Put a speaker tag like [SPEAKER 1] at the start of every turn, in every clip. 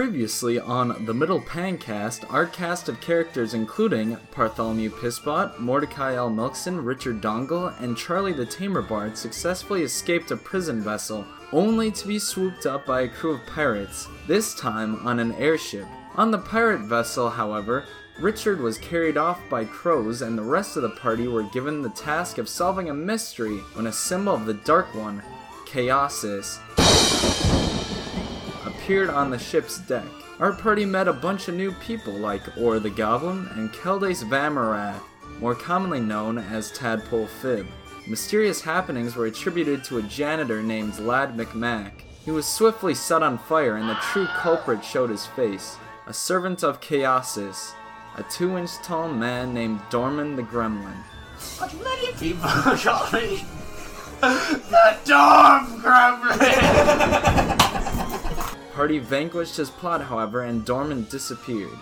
[SPEAKER 1] Previously on the Middle Pancast, our cast of characters including Bartholomew Pissbot, Mordecai L. Milkson, Richard Dongle, and Charlie the Tamer Bard successfully escaped a prison vessel, only to be swooped up by a crew of pirates, this time on an airship. On the pirate vessel, however, Richard was carried off by crows, and the rest of the party were given the task of solving a mystery when a symbol of the Dark One, Chaosis, appeared on the ship's deck. Our party met a bunch of new people like Or the Goblin and Keldes Vamarath, more commonly known as Tadpole Fib. Mysterious happenings were attributed to a janitor named Lad McMack. He was swiftly set on fire and the true culprit showed his face, a servant of Chaosis, a two inch tall man named Dorman the Gremlin.
[SPEAKER 2] Charlie, the Dorm Gremlin!
[SPEAKER 1] Party vanquished his plot, however, and Dorman disappeared.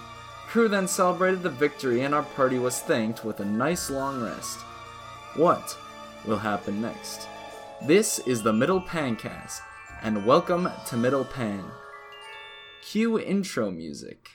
[SPEAKER 1] Crew then celebrated the victory, and our party was thanked with a nice long rest. What will happen next? This is the Middle Pancast, and welcome to Middle Pan. Cue intro music.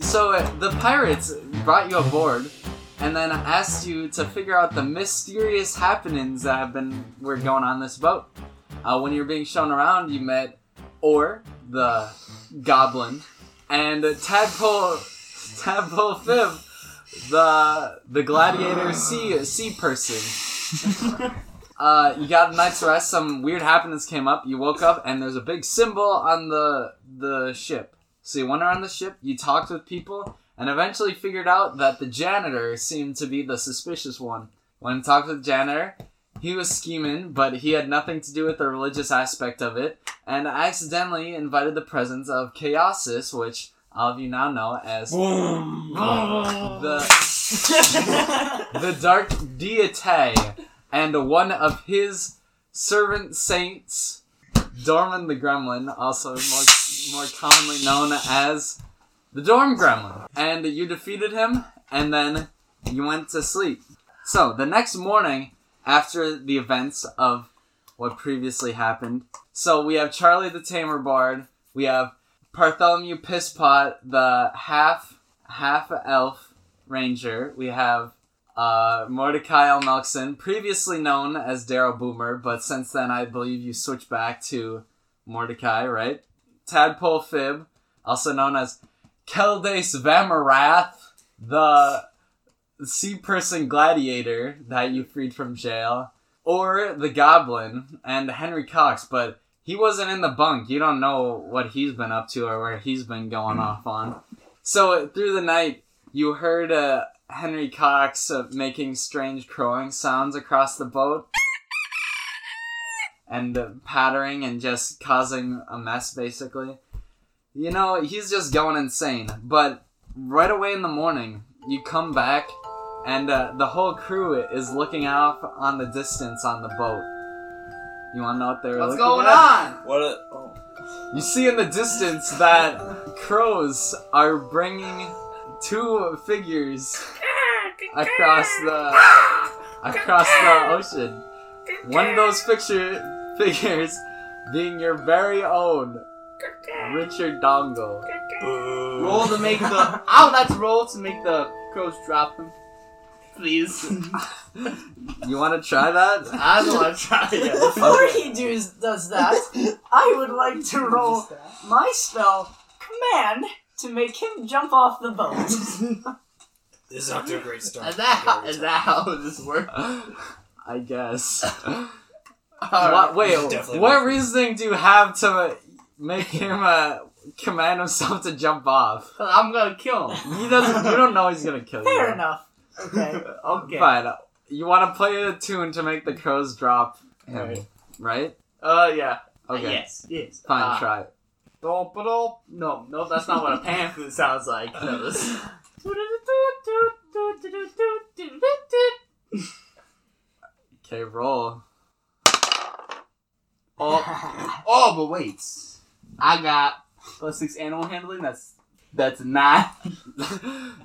[SPEAKER 1] So uh, the pirates brought you aboard, and then asked you to figure out the mysterious happenings that have been were going on this boat. Uh, when you were being shown around, you met Or the Goblin and Tadpole Tadpole Fib, the the Gladiator Sea Sea Person. Uh, you got a night's rest. Some weird happenings came up. You woke up, and there's a big symbol on the the ship. So you went around the ship, you talked with people, and eventually figured out that the janitor seemed to be the suspicious one. When you talked with the janitor, he was scheming, but he had nothing to do with the religious aspect of it, and accidentally invited the presence of Chaosis, which all of you now know as the the dark deity, and one of his servant saints. Dorman the Gremlin, also more, more commonly known as the Dorm Gremlin. And you defeated him, and then you went to sleep. So, the next morning, after the events of what previously happened, so we have Charlie the Tamer Bard, we have Bartholomew Pisspot, the half half elf ranger, we have uh, Mordecai L. Melkson, previously known as Daryl Boomer, but since then I believe you switched back to Mordecai, right? Tadpole Fib, also known as Keldes Vamarath, the sea person gladiator that you freed from jail, or the Goblin, and Henry Cox, but he wasn't in the bunk. You don't know what he's been up to or where he's been going off on. So through the night, you heard uh, Henry Cox uh, making strange crowing sounds across the boat and uh, pattering and just causing a mess, basically. You know, he's just going insane. But right away in the morning, you come back and uh, the whole crew is looking off on the distance on the boat. You want to know what they're
[SPEAKER 3] What's
[SPEAKER 1] looking
[SPEAKER 3] going
[SPEAKER 1] at?
[SPEAKER 3] on?
[SPEAKER 2] What a. Oh.
[SPEAKER 1] You see in the distance that crows are bringing two figures across the across the ocean. One of those picture figures being your very own Richard Dongle.
[SPEAKER 2] Boo.
[SPEAKER 3] Roll to make the. Ow, that's roll to make the crows drop him. Please.
[SPEAKER 1] You want to try that?
[SPEAKER 3] I don't want to try it.
[SPEAKER 4] Before he does, does that, I would like to roll my spell, Command, to make him jump off the boat.
[SPEAKER 2] This is not to a great start.
[SPEAKER 3] Is that, how, is that how this works?
[SPEAKER 1] I guess.
[SPEAKER 3] Alright.
[SPEAKER 1] What, wait,
[SPEAKER 2] This is definitely
[SPEAKER 1] what
[SPEAKER 2] worth it.
[SPEAKER 1] reasoning do you have to make him uh, command himself to jump off?
[SPEAKER 3] I'm gonna kill him.
[SPEAKER 1] He doesn't. You don't know he's gonna kill you.
[SPEAKER 4] Fair enough. Okay.
[SPEAKER 3] Okay.
[SPEAKER 1] Fine. You want to play a tune to make the crows drop him, right?
[SPEAKER 3] Alright. Uh, yeah.
[SPEAKER 1] Okay.
[SPEAKER 3] Yes, yes.
[SPEAKER 1] Fine,
[SPEAKER 3] Ah.
[SPEAKER 1] try it.
[SPEAKER 3] Dom, ba, dom. No, no, that's not what a panther sounds like. No, this-
[SPEAKER 1] Okay, roll.
[SPEAKER 3] Oh, oh, but wait. I got plus six animal handling. That's that's a nine.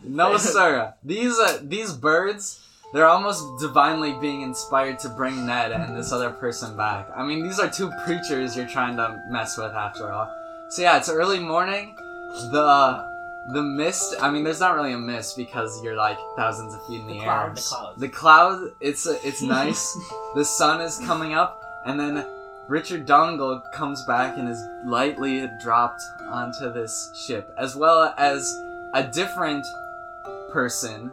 [SPEAKER 1] no, sir. These uh, these birds, they're almost divinely being inspired to bring Ned and this other person back. I mean, these are two preachers you're trying to mess with after all. So yeah, it's early morning. The the mist. I mean, there's not really a mist because you're like thousands of feet in the,
[SPEAKER 2] The
[SPEAKER 1] air.
[SPEAKER 2] cloud, the cloud.
[SPEAKER 1] The cloud. It's it's nice. the sun is coming up, and then Richard Dongle comes back and is lightly dropped onto this ship, as well as a different person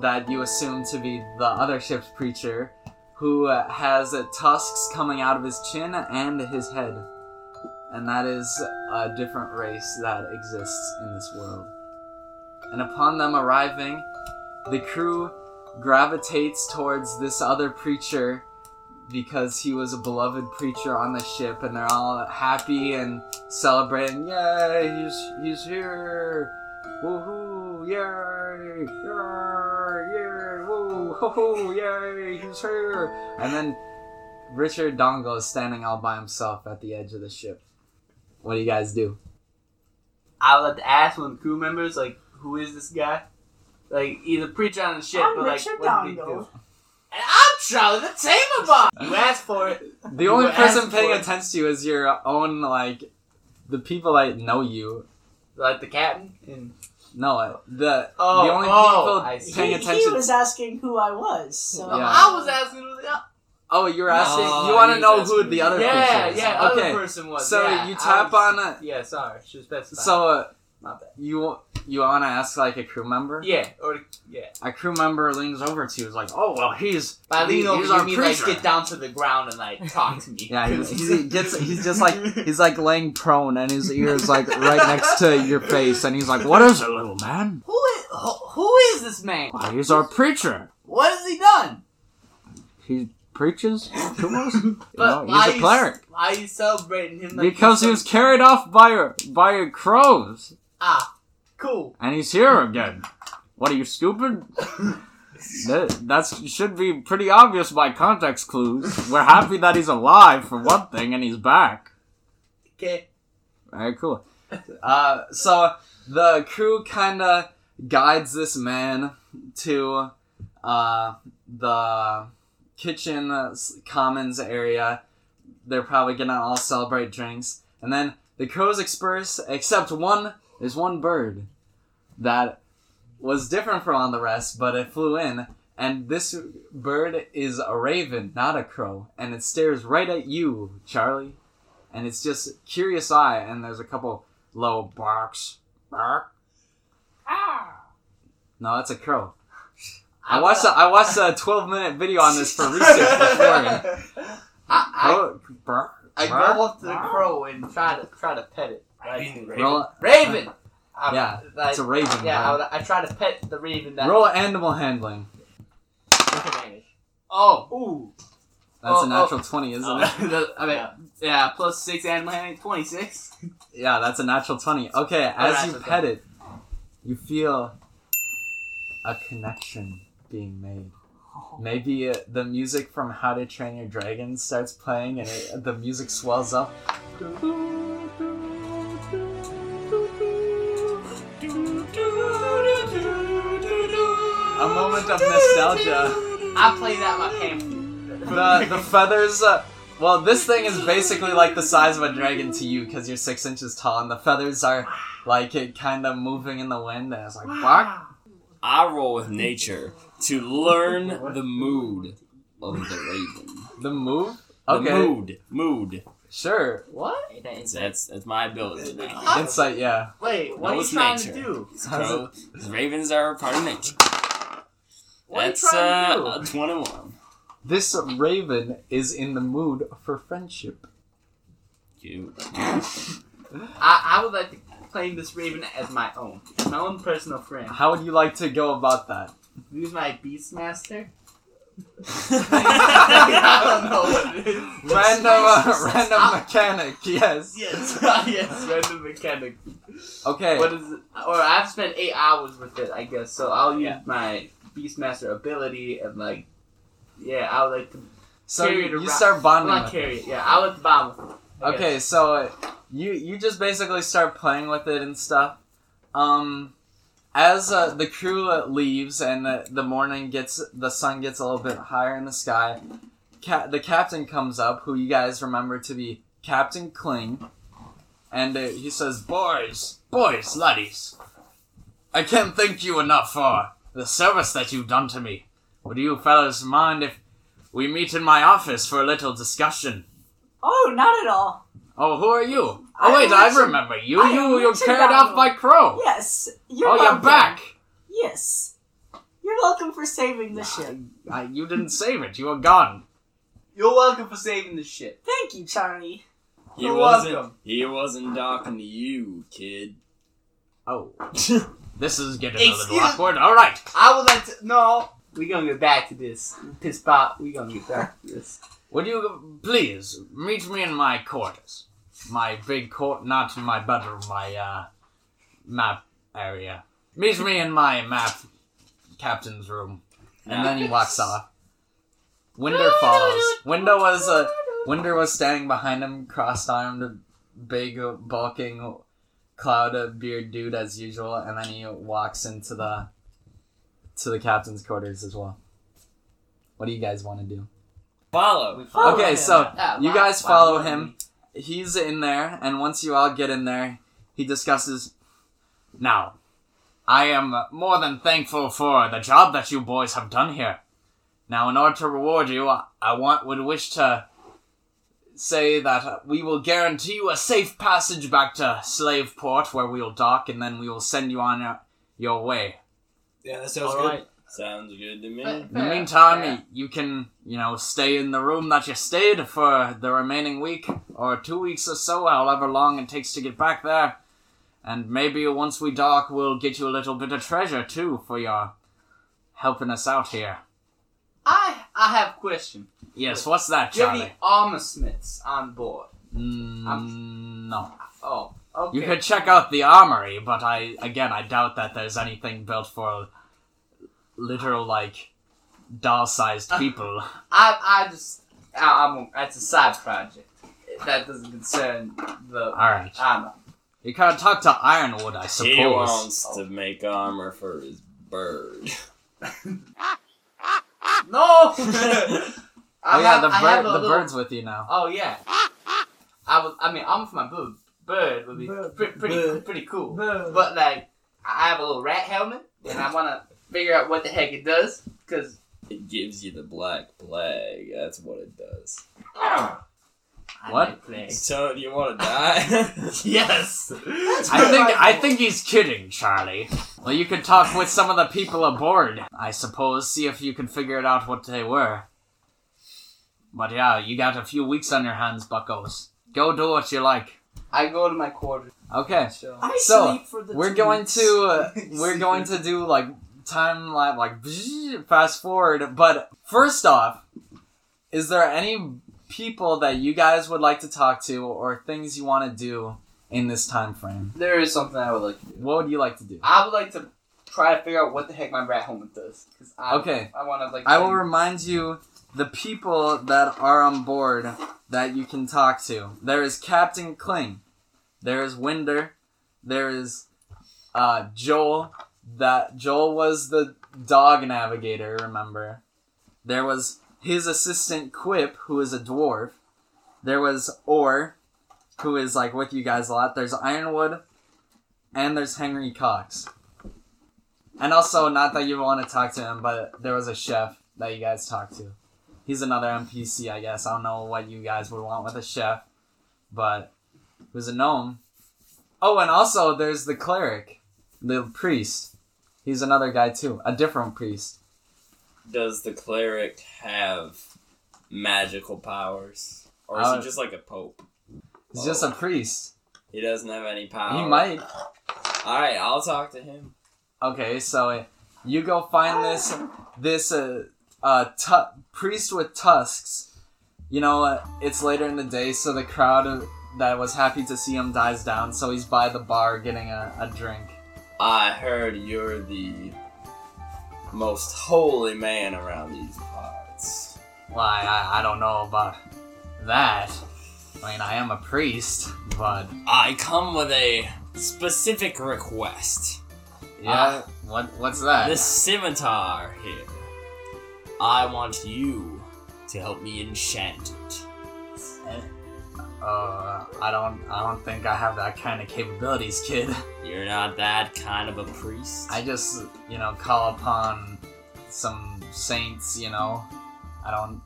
[SPEAKER 1] that you assume to be the other ship's preacher, who uh, has uh, tusks coming out of his chin and his head. And that is a different race that exists in this world. And upon them arriving, the crew gravitates towards this other preacher because he was a beloved preacher on the ship and they're all happy and celebrating yay he's he's here woohoo yay yay yay woo hoo, hoo yay he's here and then Richard Dongo is standing all by himself at the edge of the ship what do you guys do
[SPEAKER 3] I would have to ask one of the crew members, like, who is this guy? Like, he's a preacher on the ship,
[SPEAKER 4] I'm
[SPEAKER 3] but like,
[SPEAKER 4] Richard
[SPEAKER 3] what did he
[SPEAKER 4] Dongle.
[SPEAKER 3] do? And I'm Charlie the Tamer Bar. You asked for it.
[SPEAKER 1] the only
[SPEAKER 3] were
[SPEAKER 1] person
[SPEAKER 3] asked
[SPEAKER 1] paying
[SPEAKER 3] for it.
[SPEAKER 1] attention to you is your own like the people that know you
[SPEAKER 3] Like the captain. And
[SPEAKER 1] No, the
[SPEAKER 3] Oh,
[SPEAKER 1] the only
[SPEAKER 3] oh, I
[SPEAKER 1] people
[SPEAKER 3] see.
[SPEAKER 1] paying
[SPEAKER 4] He,
[SPEAKER 1] attention.
[SPEAKER 4] he was asking who I was. So.
[SPEAKER 1] Yeah.
[SPEAKER 3] I was asking. Who the,
[SPEAKER 1] oh, you're asking.
[SPEAKER 2] No,
[SPEAKER 1] you want to
[SPEAKER 2] he's
[SPEAKER 1] know who
[SPEAKER 2] asking
[SPEAKER 1] the
[SPEAKER 2] me.
[SPEAKER 1] other
[SPEAKER 3] yeah,
[SPEAKER 1] person is?
[SPEAKER 3] yeah.
[SPEAKER 1] okay.
[SPEAKER 3] Other person was.
[SPEAKER 1] so
[SPEAKER 3] yeah,
[SPEAKER 1] you
[SPEAKER 3] I
[SPEAKER 1] tap
[SPEAKER 3] was-
[SPEAKER 1] on it.
[SPEAKER 3] Yeah, sorry, she was specified.
[SPEAKER 1] So uh,
[SPEAKER 3] my bad.
[SPEAKER 1] you you want to ask like a crew member?
[SPEAKER 3] Yeah, or yeah.
[SPEAKER 1] A crew member leans over to you. Is like, oh well, he's
[SPEAKER 3] By
[SPEAKER 1] he-
[SPEAKER 3] lean over,
[SPEAKER 1] he's
[SPEAKER 3] you
[SPEAKER 1] our
[SPEAKER 3] mean like
[SPEAKER 1] preacher.
[SPEAKER 3] get down to the ground and like talk to me.
[SPEAKER 1] yeah, he's, he's, he gets. He's just like he's like laying prone, and his ear is like right next to your face, and he's like, "What is it, little man?
[SPEAKER 3] Who is who, who is this man?
[SPEAKER 1] Why, he's our preacher.
[SPEAKER 3] What has he done?
[SPEAKER 1] He preaches to us. You know,
[SPEAKER 3] But why
[SPEAKER 1] he's a cleric."
[SPEAKER 3] You, why are you celebrating him? Like
[SPEAKER 1] Because he
[SPEAKER 3] he's
[SPEAKER 1] was carried off by your by your crows,
[SPEAKER 3] ah cool.
[SPEAKER 1] and he's here again. What are you stupid? that that's, should be pretty obvious by context clues. We're happy that he's alive for one thing, and he's back.
[SPEAKER 3] Okay,
[SPEAKER 1] All right, cool. Uh, so the crew kind of guides this man to uh, the kitchen uh, s- commons area. They're probably gonna all celebrate drinks, and then the crows disperse. Except one, there's one bird that was different from all the rest, but it flew in. And this bird is a raven, not a crow, and it stares right at you, Charlie and it's just curious eye and there's a couple low barks bark
[SPEAKER 4] "Ah."
[SPEAKER 1] no that's a crow i watched a, i watched a 12 minute video on this for research beforehand.
[SPEAKER 3] I,
[SPEAKER 1] Crow- bark,
[SPEAKER 3] I, I
[SPEAKER 1] bark.
[SPEAKER 3] go up to the crow and try to try to pet it.
[SPEAKER 2] Raven,
[SPEAKER 3] Like,
[SPEAKER 2] raven.
[SPEAKER 1] roll
[SPEAKER 3] raven. I'm-
[SPEAKER 1] Yeah,
[SPEAKER 3] like,
[SPEAKER 1] it's a raven
[SPEAKER 3] yeah. I,
[SPEAKER 1] bro.
[SPEAKER 3] would, I try to pet the raven. That
[SPEAKER 1] roll animal handling
[SPEAKER 3] Oh, ooh.
[SPEAKER 1] that's
[SPEAKER 3] Oh,
[SPEAKER 1] a
[SPEAKER 3] oh.
[SPEAKER 1] natural 20 isn't it
[SPEAKER 3] The- I mean, yeah, plus six animal handling, twenty six.
[SPEAKER 1] Yeah, that's a natural 20. Okay, as
[SPEAKER 3] Alright,
[SPEAKER 1] you
[SPEAKER 3] so
[SPEAKER 1] pet it, you feel a connection being made. Maybe uh, the music from How to Train Your Dragon starts playing and it, the music swells up. A moment of nostalgia.
[SPEAKER 3] I played out my pamphlet.
[SPEAKER 1] The, the feathers. Uh, well, this thing is basically like the size of a dragon to you because you're six inches tall and the feathers are like it kind of moving in the wind and it's like, bark.
[SPEAKER 2] I roll with nature to learn the mood of the raven.
[SPEAKER 1] The move?
[SPEAKER 2] The
[SPEAKER 1] Okay.
[SPEAKER 2] mood, mood.
[SPEAKER 1] Sure.
[SPEAKER 3] What?
[SPEAKER 2] So that's that's my ability now.
[SPEAKER 3] Huh?
[SPEAKER 1] Insight, yeah.
[SPEAKER 3] Wait, what
[SPEAKER 2] No,
[SPEAKER 3] are you
[SPEAKER 2] it's
[SPEAKER 3] trying to
[SPEAKER 2] nature.
[SPEAKER 3] do?
[SPEAKER 2] So, ravens are a part of nature.
[SPEAKER 3] What
[SPEAKER 2] that's
[SPEAKER 3] are you trying
[SPEAKER 2] uh,
[SPEAKER 3] to do?
[SPEAKER 2] a twenty-one.
[SPEAKER 1] This raven is in the mood for friendship.
[SPEAKER 2] Cute.
[SPEAKER 3] I, I would like to claim this raven as my own, my own personal friend.
[SPEAKER 1] How would you like to go about that?
[SPEAKER 3] Use my beastmaster. I don't know
[SPEAKER 2] I
[SPEAKER 3] what it is.
[SPEAKER 1] Random, uh, random mechanic, yes.
[SPEAKER 3] Yes, yes, random mechanic.
[SPEAKER 1] Okay.
[SPEAKER 3] What is it? Or I've spent eight hours with it, I guess. So I'll use
[SPEAKER 2] Yeah.
[SPEAKER 3] my Beastmaster ability and like, yeah, I would like to
[SPEAKER 1] So
[SPEAKER 3] Carry it
[SPEAKER 1] you, you
[SPEAKER 3] around.
[SPEAKER 1] start bonding.
[SPEAKER 3] not
[SPEAKER 1] with
[SPEAKER 3] carry
[SPEAKER 1] it.
[SPEAKER 3] it. Yeah, I would like to bond with. it, I
[SPEAKER 1] Okay,
[SPEAKER 3] guess.
[SPEAKER 1] so you you just basically start playing with it and stuff. Um, as uh, the crew uh, leaves and the, the morning gets, the sun gets a little bit higher in the sky. Ca- the captain comes up, who you guys remember to be Captain Kling, and uh, he says, "Boys, boys, laddies, I can't thank you enough for the service that you've done to me. Would you fellas mind if we meet in my office for a little discussion?"
[SPEAKER 4] Oh, not at all.
[SPEAKER 1] Oh, who are you?
[SPEAKER 4] I
[SPEAKER 1] Oh, wait,
[SPEAKER 4] am
[SPEAKER 1] I
[SPEAKER 4] Richard-
[SPEAKER 1] remember you.
[SPEAKER 4] I am
[SPEAKER 1] you you
[SPEAKER 4] Richard
[SPEAKER 1] carried
[SPEAKER 4] Donald.
[SPEAKER 1] off by Crow.
[SPEAKER 4] Yes, you're
[SPEAKER 1] oh,
[SPEAKER 4] welcome.
[SPEAKER 1] you're back.
[SPEAKER 4] Yes, you're welcome for saving the ship.
[SPEAKER 1] I, you didn't save it. You were gone.
[SPEAKER 3] You're welcome for saving the ship.
[SPEAKER 4] Thank you, Charlie.
[SPEAKER 2] He
[SPEAKER 3] You're
[SPEAKER 2] wasn't.
[SPEAKER 3] welcome.
[SPEAKER 2] He wasn't talking to you, kid.
[SPEAKER 1] Oh, this is getting a little
[SPEAKER 3] Excuse-
[SPEAKER 1] awkward. All right.
[SPEAKER 3] I would like to. No, we gonna get back to this. Piss pop. We gonna get back to this.
[SPEAKER 1] Would you please meet me in my quarters? My big court, not in my bedroom, my uh, map area. Meet me in my map captain's room. And then he walks off. Winder follows. Winder was uh, Winder was standing behind him, cross-armed, big, bulking, cloud of beard dude as usual. And then he walks into the to the captain's quarters as well. What do you guys want to do?
[SPEAKER 2] Follow.
[SPEAKER 4] follow
[SPEAKER 1] Okay,
[SPEAKER 4] him.
[SPEAKER 1] so
[SPEAKER 3] Ah,
[SPEAKER 1] you
[SPEAKER 3] wow,
[SPEAKER 1] guys
[SPEAKER 3] wow,
[SPEAKER 1] follow
[SPEAKER 3] wow.
[SPEAKER 1] him. He's in there, and once you all get in there, he discusses. Now, I am more than thankful for the job that you boys have done here. Now, in order to reward you, I I want would wish to say that uh, we will guarantee you a safe passage back to Slaveport, where we will dock, and then we will send you on your, your way.
[SPEAKER 5] Yeah, that sounds
[SPEAKER 3] All
[SPEAKER 5] good.
[SPEAKER 3] right.
[SPEAKER 2] Sounds good to me.
[SPEAKER 3] Fair,
[SPEAKER 1] In the
[SPEAKER 3] fair,
[SPEAKER 1] meantime,
[SPEAKER 3] fair.
[SPEAKER 1] you can, you know, stay in the room that you stayed for the remaining week or two weeks or so, however long it takes to get back there. And maybe once we dock, we'll get you a little bit of treasure too for your helping us out here.
[SPEAKER 3] I I have a question.
[SPEAKER 1] Yes, what's that,
[SPEAKER 3] Do you have
[SPEAKER 1] Charlie?
[SPEAKER 3] any armor smiths on board?
[SPEAKER 1] Mm, no.
[SPEAKER 3] Oh, okay.
[SPEAKER 1] You could check out the armory, but I again I doubt that there's anything built for literal like doll-sized people.
[SPEAKER 3] I I just I, I'm a- that's a side project. That doesn't concern the
[SPEAKER 1] All right,
[SPEAKER 3] armor.
[SPEAKER 1] you can't talk to Ironwood, I suppose.
[SPEAKER 2] He wants to make armor for his bird.
[SPEAKER 3] No.
[SPEAKER 1] Oh
[SPEAKER 3] I
[SPEAKER 1] yeah,
[SPEAKER 3] have-
[SPEAKER 1] the,
[SPEAKER 3] I have
[SPEAKER 1] bird,
[SPEAKER 3] a
[SPEAKER 1] the
[SPEAKER 3] little-
[SPEAKER 1] bird's with you now.
[SPEAKER 3] Oh yeah. I was. I mean, armor for my bird. Bird would be
[SPEAKER 4] Bird.
[SPEAKER 3] pre- pretty
[SPEAKER 5] Bird.
[SPEAKER 3] pretty cool.
[SPEAKER 4] Bird.
[SPEAKER 3] But like, I have a little rat helmet, and I want to figure out what the heck it does. Cause
[SPEAKER 2] It gives you the black plague. That's what it does.
[SPEAKER 3] ah, I
[SPEAKER 1] What?
[SPEAKER 3] like plagues.
[SPEAKER 2] So, do you want to die?
[SPEAKER 3] Yes.
[SPEAKER 1] I think I think he's kidding, Charlie. Well, you could talk with some of the people aboard, I suppose. See if you can figure it out what they were. But yeah, you got a few weeks on your hands, Buckos. Go do what you like.
[SPEAKER 3] I go to my quarters.
[SPEAKER 1] Okay,
[SPEAKER 3] So.
[SPEAKER 4] I
[SPEAKER 1] So,
[SPEAKER 4] sleep for the.
[SPEAKER 1] we're
[SPEAKER 4] two
[SPEAKER 1] going
[SPEAKER 4] weeks.
[SPEAKER 1] to uh, we're going to do like time lap like fast forward. But first off, is there any people that you guys would like to talk to or things you want to do in this time frame?
[SPEAKER 3] There is something I would like. To do.
[SPEAKER 1] What would you like to do?
[SPEAKER 3] I would like to try to figure out what the heck my rat helmet does. Cause I,
[SPEAKER 1] Okay.
[SPEAKER 3] I want to like.
[SPEAKER 1] I will remind you the people that are on board that you can talk to. There is Captain Kling. There is Winder. There is uh, Joel. That Joel was the dog navigator, remember? There was his assistant Quip, who is a dwarf. There was Orr, who is like with you guys a lot. There's Ironwood, and there's Henry Cox. And also, not that you want to talk to him, but there was a chef that you guys talked to. He's another NPC, I guess. I don't know what you guys would want with a chef, but he was a gnome. Oh, and also there's the cleric, the priest. He's another guy too, a different priest.
[SPEAKER 2] Does the cleric have magical powers? Or is
[SPEAKER 1] Uh,
[SPEAKER 2] he just like a pope? Oh,
[SPEAKER 1] He's just a priest.
[SPEAKER 2] He doesn't have any power.
[SPEAKER 1] He might.
[SPEAKER 2] Alright, I'll talk to him.
[SPEAKER 1] Okay, so uh, you go find this this uh, uh, tu- priest with tusks. You know, uh, it's later in the day, so the crowd uh, that was happy to see him dies down. So he's by the bar getting a, a drink.
[SPEAKER 2] I heard you're the most holy man around these parts.
[SPEAKER 1] Why, I, I don't know about that. I mean, I am a priest, but
[SPEAKER 2] I come with a specific request.
[SPEAKER 1] yeah.
[SPEAKER 2] Uh,
[SPEAKER 1] what what's that?
[SPEAKER 2] This scimitar here. I want you to help me enchant it.
[SPEAKER 1] Uh, I don't I don't think I have that kind of capabilities, kid.
[SPEAKER 2] You're not that kind of a priest.
[SPEAKER 1] I just you know call upon some saints. You know, I don't.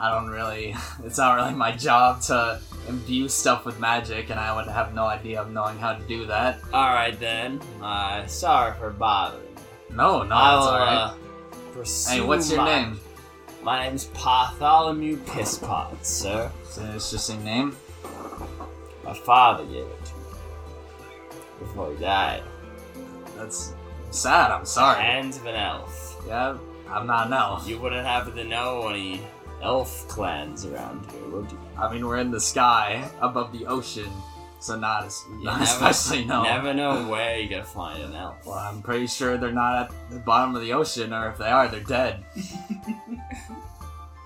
[SPEAKER 1] I don't really. It's not really my job to imbue stuff with magic, and I would have no idea of knowing how to do that.
[SPEAKER 2] Alright then. Uh, sorry for bothering.
[SPEAKER 1] No, no, it's
[SPEAKER 2] I'll
[SPEAKER 1] alright.
[SPEAKER 2] uh, pursue
[SPEAKER 1] hey, what's your
[SPEAKER 2] my-
[SPEAKER 1] name?
[SPEAKER 2] My name's Bartholomew Pisspot, sir.
[SPEAKER 1] It's an interesting name.
[SPEAKER 2] My father gave it to me before he died.
[SPEAKER 1] That's sad. I'm sorry.
[SPEAKER 2] And of an elf.
[SPEAKER 1] Yeah, I'm not an elf.
[SPEAKER 2] You wouldn't happen to know any elf clans around here, would you?
[SPEAKER 1] I mean, we're in the sky above the ocean, so not as
[SPEAKER 2] You
[SPEAKER 1] not
[SPEAKER 2] never-
[SPEAKER 1] especially no.
[SPEAKER 2] Never know where you're gonna find an elf.
[SPEAKER 1] Well, I'm pretty sure they're not at the bottom of the ocean, or if they are, they're dead.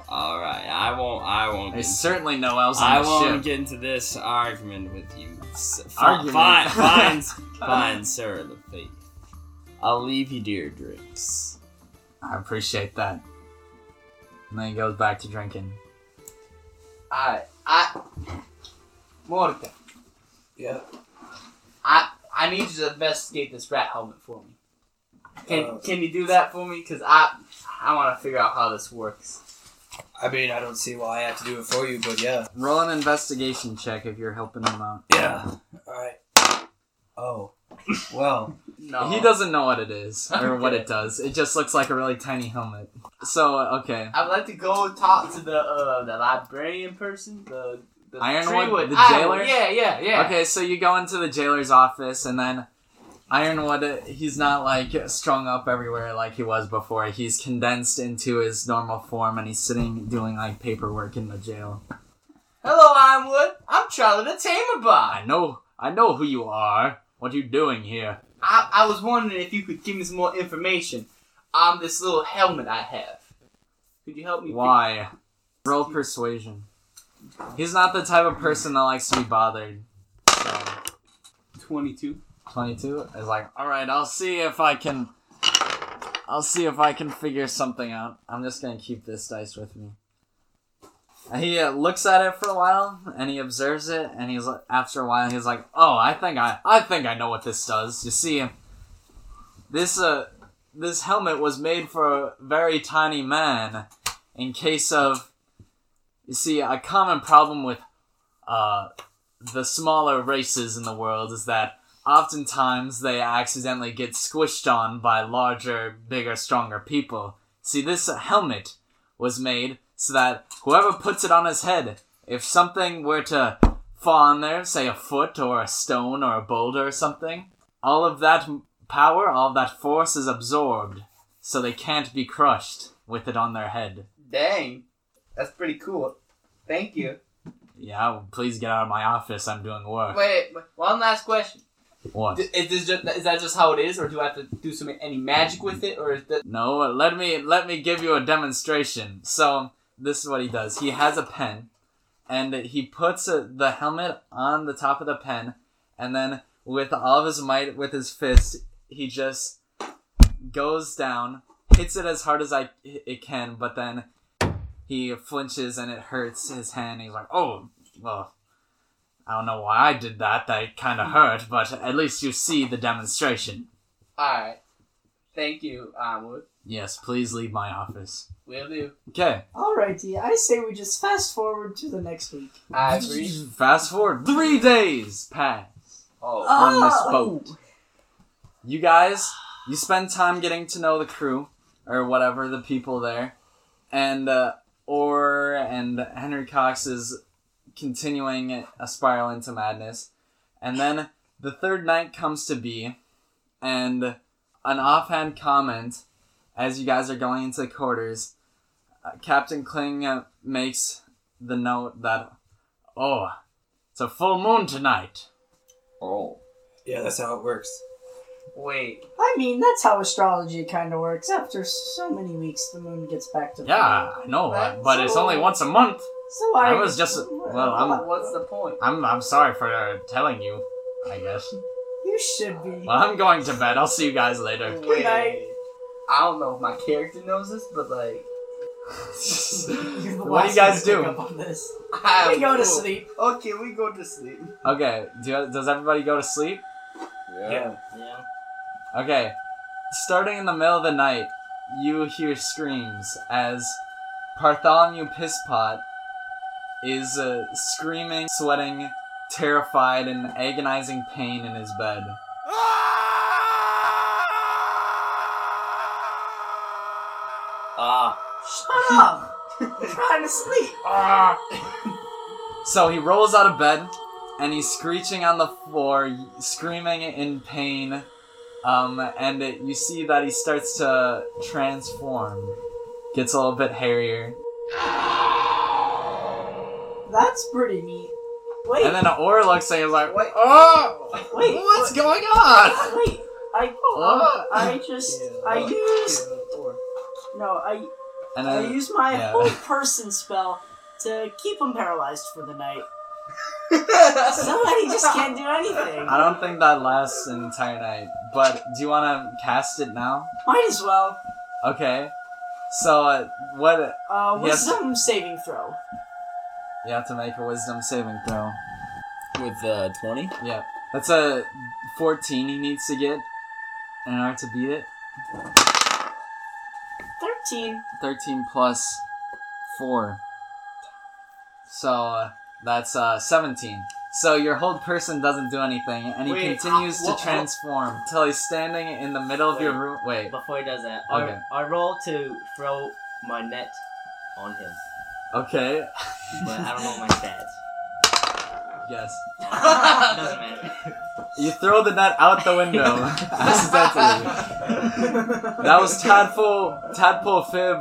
[SPEAKER 2] All right, I won't. I won't.
[SPEAKER 1] There's
[SPEAKER 2] Get,
[SPEAKER 1] certainly no else on
[SPEAKER 2] I
[SPEAKER 1] the
[SPEAKER 2] won't
[SPEAKER 1] ship.
[SPEAKER 2] get into this argument with you. S- fi-
[SPEAKER 1] Argument.
[SPEAKER 2] Fine, fine, fine, sir. The faith. I'll leave you to your drinks.
[SPEAKER 1] I appreciate that. And then he goes back to drinking.
[SPEAKER 3] Alright, I. Morta.
[SPEAKER 5] Yeah.
[SPEAKER 3] I I need you to investigate this rat helmet for me. Can
[SPEAKER 5] Uh,
[SPEAKER 3] Can you do that for me? Cause I I want to figure out how this works.
[SPEAKER 5] I mean, I don't see why I have to do it for you, but yeah.
[SPEAKER 1] Roll an investigation check if you're helping him out.
[SPEAKER 5] Yeah. Alright. Oh. Well.
[SPEAKER 3] No.
[SPEAKER 1] He doesn't know what it is or what it does. It just looks like a really tiny helmet. So uh, okay,
[SPEAKER 3] I'd like to go talk to the uh, the librarian person, the, the
[SPEAKER 1] Ironwood,
[SPEAKER 3] Treewood-
[SPEAKER 1] the jailer?
[SPEAKER 3] Ironwood, Yeah, yeah, yeah.
[SPEAKER 1] okay. So you go into the jailer's office, and then Ironwood. uh, He's not like strung up everywhere like he was before. He's condensed into his normal form, and he's sitting doing like paperwork in the jail.
[SPEAKER 3] Hello, Ironwood. I'm Charlie the Tamer Bot.
[SPEAKER 1] I know, I know who you are. What you doing here?
[SPEAKER 3] I, I was wondering if you could give me some more information on this little helmet I have. Could you help me?
[SPEAKER 1] Why? Roll persuasion. He's not the type of person that likes to be bothered. So,
[SPEAKER 3] Twenty-two.
[SPEAKER 1] Twenty-two is like, all right. I'll see if I can. I'll see if I can figure something out. I'm just gonna keep this dice with me. And He uh, looks at it for a while, and he observes it, and he's like- after a while, he's like, "Oh, I think I, I think I know what this does." You see, this uh, this helmet was made for a very tiny man, in case of, you see, a common problem with, uh, the smaller races in the world is that oftentimes they accidentally get squished on by larger, bigger, stronger people. See, this helmet was made so that whoever puts it on his head, if something were to fall on there, say a foot or a stone or a boulder or something, all of that m- power, all of that force is absorbed, so they can't be crushed with it on their head.
[SPEAKER 3] Dang, that's pretty cool. Thank you.
[SPEAKER 1] Yeah, well, please get out of my office. I'm doing work.
[SPEAKER 3] Wait, wait, one last question.
[SPEAKER 1] What?
[SPEAKER 3] D- Is this just is that just how it is, or do I have to do some any magic with it, or is that
[SPEAKER 1] No, let me let me give you a demonstration. So this is what he does. He has a pen, and he puts uh, the helmet on the top of the pen, and then with all of his might, with his fist, he just goes down, hits it as hard as I it can, but then he flinches and it hurts his hand. He's like, "Oh, well." I don't know why I did that. That kind of hurt, but at least you see the demonstration.
[SPEAKER 3] all right? Thank you, Ironwood.
[SPEAKER 1] Yes, please leave my office.
[SPEAKER 3] Will do.
[SPEAKER 1] Okay.
[SPEAKER 4] Alrighty, I say we just fast forward to the next week.
[SPEAKER 3] I agree.
[SPEAKER 1] Fast forward three days pass.
[SPEAKER 3] Oh,
[SPEAKER 1] On this
[SPEAKER 4] Oh!
[SPEAKER 1] boat. You guys, you spend time getting to know the crew or whatever the people there, and uh, Orr and Henry Cox is continuing a spiral into madness, and then the third night comes to be, and an offhand comment as you guys are going into quarters, uh, Captain Kling uh, makes the note that, oh, it's a full moon tonight.
[SPEAKER 2] Oh,
[SPEAKER 5] Yeah, that's how it works.
[SPEAKER 3] Wait.
[SPEAKER 4] I mean, that's how astrology kind of works. After so many weeks, the moon gets back to
[SPEAKER 1] Yeah, I know, that, but it's only once a month.
[SPEAKER 4] So I,
[SPEAKER 1] I was just- well, I'm-
[SPEAKER 3] What's the point?
[SPEAKER 1] I'm I'm sorry for telling you. I guess.
[SPEAKER 4] You should be.
[SPEAKER 1] Well, I'm going to bed. I'll see you guys later.
[SPEAKER 4] Good night.
[SPEAKER 3] I don't know if my character knows this, but like,
[SPEAKER 4] You're the
[SPEAKER 1] What do you
[SPEAKER 4] last
[SPEAKER 1] guys
[SPEAKER 4] one to
[SPEAKER 1] do?
[SPEAKER 4] pick up on this.
[SPEAKER 3] I
[SPEAKER 4] We go to
[SPEAKER 3] will-
[SPEAKER 4] sleep.
[SPEAKER 3] Okay, we go to sleep.
[SPEAKER 1] Okay. Do, does everybody go to sleep?
[SPEAKER 5] Yeah.
[SPEAKER 1] Okay. Starting in the middle of the night, you hear screams as Bartholomew Pisspot is uh, screaming, sweating, terrified, and agonizing pain in his bed.
[SPEAKER 2] Ah,
[SPEAKER 4] Shut up! I'm trying to sleep.
[SPEAKER 1] So he rolls out of bed and he's screeching on the floor, screaming in pain. Um, and it, you see that he starts to transform, gets a little bit hairier.
[SPEAKER 4] That's pretty neat. Wait,
[SPEAKER 1] And then Aura looks at him like,
[SPEAKER 3] Wait.
[SPEAKER 1] Oh!
[SPEAKER 4] wait,
[SPEAKER 1] What's going on?
[SPEAKER 4] wait, wait. I,
[SPEAKER 1] Oh.
[SPEAKER 4] um, I just, I used, no, I,
[SPEAKER 1] And
[SPEAKER 4] I
[SPEAKER 1] then,
[SPEAKER 4] used my
[SPEAKER 1] Uh, yeah.
[SPEAKER 4] whole person spell to keep him paralyzed for the night. So that he just can't do anything.
[SPEAKER 1] I don't think that lasts an entire night, but do you want to cast it now?
[SPEAKER 4] Might as well.
[SPEAKER 1] Okay. So, uh, what.
[SPEAKER 4] Uh,
[SPEAKER 1] Yes.
[SPEAKER 4] wisdom saving throw.
[SPEAKER 1] You have to make a wisdom saving throw.
[SPEAKER 2] with uh, 20?
[SPEAKER 1] Yeah. That's a 14 he needs to get in order to beat it.
[SPEAKER 4] Thirteen.
[SPEAKER 1] 13 plus 4. So, uh, that's uh, 17. So your whole person doesn't do anything, and he
[SPEAKER 6] Wait,
[SPEAKER 1] continues
[SPEAKER 6] uh, what-
[SPEAKER 1] to transform until he's standing in the middle of your room. Wait,
[SPEAKER 6] Before he does that,
[SPEAKER 1] Okay.
[SPEAKER 6] I, I roll to throw my net on him,
[SPEAKER 1] okay,
[SPEAKER 6] but I don't know my stats.
[SPEAKER 1] yes.
[SPEAKER 6] Doesn't matter.
[SPEAKER 1] You throw the net out the window accidentally. That was tadpole tadpole fib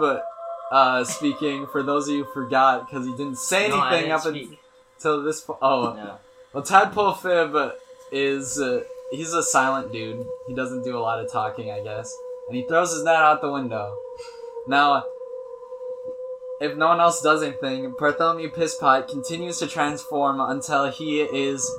[SPEAKER 1] uh, speaking. For those of you who forgot, because he didn't say
[SPEAKER 6] No, I
[SPEAKER 1] anything
[SPEAKER 6] didn't
[SPEAKER 1] up
[SPEAKER 6] speak.
[SPEAKER 1] until this. Po- oh,
[SPEAKER 6] No.
[SPEAKER 1] well, tadpole fib is uh, he's a silent dude. He doesn't do a lot of talking, I guess. And he throws his net out the window. Now, if no one else does anything, Bartholomew Pisspot continues to transform until he is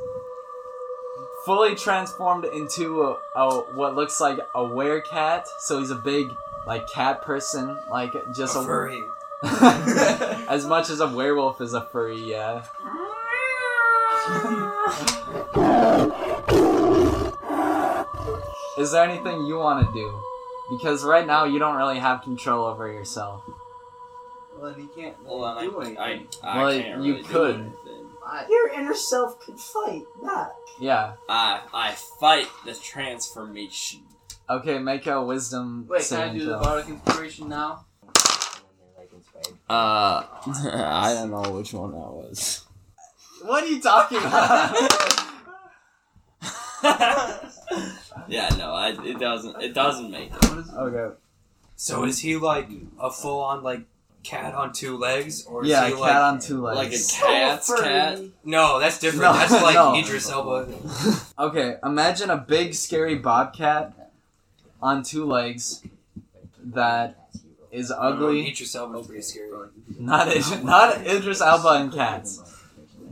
[SPEAKER 1] fully transformed into a, a what looks like a werecat. So he's a big like cat person, like just
[SPEAKER 5] A furry.
[SPEAKER 1] as much as a werewolf is a furry, yeah. is there anything you want to do? Because right now you don't really have control over yourself.
[SPEAKER 3] Well, he can't
[SPEAKER 2] Hold on,
[SPEAKER 3] do
[SPEAKER 2] I,
[SPEAKER 3] anything.
[SPEAKER 2] I, I
[SPEAKER 1] Well,
[SPEAKER 2] can't
[SPEAKER 1] you
[SPEAKER 2] really do
[SPEAKER 1] could.
[SPEAKER 2] anything.
[SPEAKER 3] I-
[SPEAKER 4] Your inner self could fight back.
[SPEAKER 1] Yeah.
[SPEAKER 2] I, I fight the transformation.
[SPEAKER 1] Okay, make a wisdom
[SPEAKER 3] wait, can I
[SPEAKER 1] saving
[SPEAKER 3] do the
[SPEAKER 1] throw.
[SPEAKER 3] bardic inspiration now?
[SPEAKER 2] Uh, I don't know which one that was.
[SPEAKER 1] What are you talking
[SPEAKER 2] yeah, no, I, it doesn't. It doesn't make it.
[SPEAKER 3] What is it?
[SPEAKER 1] okay.
[SPEAKER 5] So is he like a full on like cat on two legs, or is
[SPEAKER 1] Yeah, a
[SPEAKER 5] he
[SPEAKER 1] cat
[SPEAKER 5] like?
[SPEAKER 1] on two
[SPEAKER 2] Like a
[SPEAKER 1] legs.
[SPEAKER 2] cat's
[SPEAKER 4] So furry.
[SPEAKER 2] cat.
[SPEAKER 5] No, that's different.
[SPEAKER 1] No,
[SPEAKER 5] that's like
[SPEAKER 1] no.
[SPEAKER 5] Idris Elba.
[SPEAKER 1] okay, imagine a big scary bobcat on two legs that is ugly.
[SPEAKER 5] Idris Elba's pretty scary.
[SPEAKER 1] Not Idris, not Idris Alba and cats.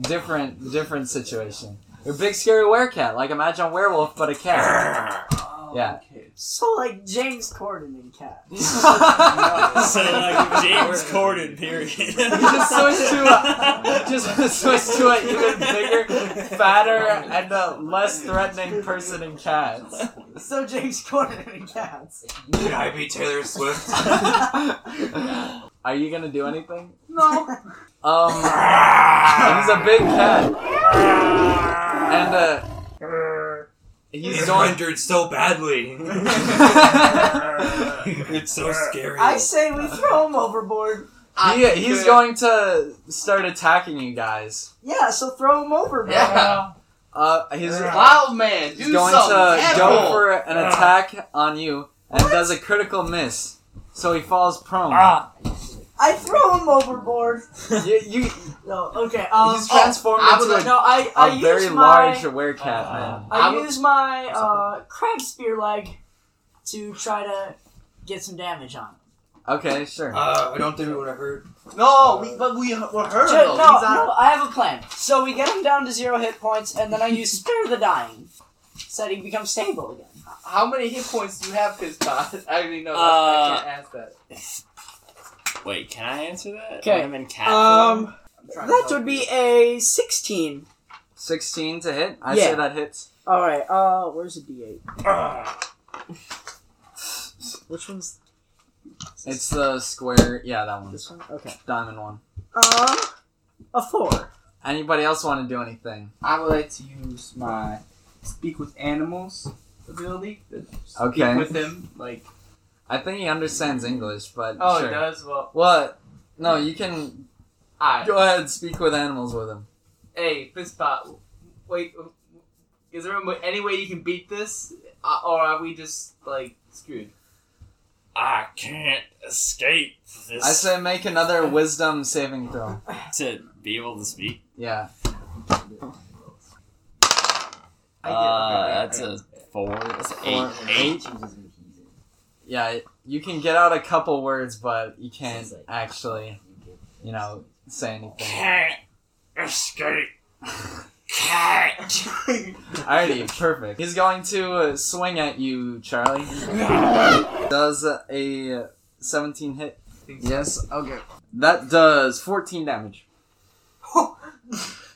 [SPEAKER 1] Different different situation. A big scary werecat. Like imagine a werewolf but a cat.
[SPEAKER 3] Oh,
[SPEAKER 1] Yeah.
[SPEAKER 3] okay.
[SPEAKER 4] So like James Corden and cat.
[SPEAKER 2] So like James Corden, period. you
[SPEAKER 1] just switched to a- Just switch to an even bigger, fatter, and a less threatening person in cats.
[SPEAKER 4] So James Corden and cats.
[SPEAKER 5] Can I be Taylor Swift?
[SPEAKER 1] Are you gonna do anything?
[SPEAKER 4] No.
[SPEAKER 1] Um, he's a big cat, and uh, he's
[SPEAKER 5] He's
[SPEAKER 1] going.
[SPEAKER 5] rendered so badly. it's so scary.
[SPEAKER 4] I say we throw him overboard.
[SPEAKER 1] He, he's going to start attacking you guys.
[SPEAKER 4] Yeah, so throw him overboard.
[SPEAKER 3] Yeah.
[SPEAKER 1] Uh, he's,
[SPEAKER 3] Wild man,
[SPEAKER 1] he's
[SPEAKER 3] do
[SPEAKER 1] going
[SPEAKER 3] something. Uh,
[SPEAKER 1] to go
[SPEAKER 3] Apple.
[SPEAKER 1] for an
[SPEAKER 4] Ah.
[SPEAKER 1] attack on you and does a critical miss. So he falls prone.
[SPEAKER 4] I throw him overboard.
[SPEAKER 1] you, you,
[SPEAKER 4] No, okay. Um,
[SPEAKER 1] he's transformed
[SPEAKER 3] I
[SPEAKER 1] into
[SPEAKER 3] would
[SPEAKER 1] a,
[SPEAKER 3] like-
[SPEAKER 4] no, I,
[SPEAKER 1] a
[SPEAKER 4] I use
[SPEAKER 1] very
[SPEAKER 4] my, Uh,
[SPEAKER 1] large werecat man.
[SPEAKER 4] I,
[SPEAKER 3] I would-
[SPEAKER 4] use my uh, crab spear leg to try to get some damage on him.
[SPEAKER 1] Okay, sure.
[SPEAKER 5] Uh, I don't think it would have hurt.
[SPEAKER 3] No, we, but we were hurt.
[SPEAKER 4] Ju-
[SPEAKER 3] though.
[SPEAKER 4] no,
[SPEAKER 3] He's on-
[SPEAKER 4] no, I have a plan. So we get him down to zero hit points, and then I use spare the dying, so that he becomes stable again.
[SPEAKER 3] How many hit points do you have, Pizpot? I already know.
[SPEAKER 2] Uh,
[SPEAKER 3] I can't ask that.
[SPEAKER 2] Wait, can I answer that?
[SPEAKER 4] Okay.
[SPEAKER 2] I'm in cat form?
[SPEAKER 4] Um,
[SPEAKER 3] I'm trying to
[SPEAKER 4] that
[SPEAKER 3] help
[SPEAKER 4] would be
[SPEAKER 3] you.
[SPEAKER 4] a sixteen.
[SPEAKER 1] 16 to hit? I
[SPEAKER 4] Yeah.
[SPEAKER 1] say that hits.
[SPEAKER 4] All right. Uh, where's the D eight? Which one's
[SPEAKER 1] It's the square. Yeah, that one.
[SPEAKER 4] this one? Okay.
[SPEAKER 1] Diamond one.
[SPEAKER 4] Um, a four.
[SPEAKER 1] Anybody else want to do anything?
[SPEAKER 3] I would like to use my speak with animals ability. to speak
[SPEAKER 1] Okay.
[SPEAKER 3] with him, like.
[SPEAKER 1] I think he understands English, but
[SPEAKER 3] Oh,
[SPEAKER 1] sure.
[SPEAKER 3] it does. Well,
[SPEAKER 1] What? No, you can
[SPEAKER 3] I.
[SPEAKER 1] go ahead and speak with animals with him.
[SPEAKER 3] Hey, Fistbot. Wait, is there any way you can beat this, Uh, or are we just like screwed?
[SPEAKER 2] I can't escape this.
[SPEAKER 1] I say make another wisdom saving throw.
[SPEAKER 2] to be able to speak.
[SPEAKER 1] Yeah.
[SPEAKER 3] I get-
[SPEAKER 2] uh,
[SPEAKER 3] okay,
[SPEAKER 2] that's
[SPEAKER 3] okay.
[SPEAKER 2] a four. That's
[SPEAKER 1] Four.
[SPEAKER 2] eight. Eight.
[SPEAKER 1] Yeah, you can get out a couple words, but you can't actually, you know, say anything.
[SPEAKER 2] Can't escape. Can't.
[SPEAKER 1] Alrighty, perfect. He's going to uh, swing at you, Charlie. Does a 17 hit?
[SPEAKER 3] Think so.
[SPEAKER 1] Yes, okay. That does 14 damage.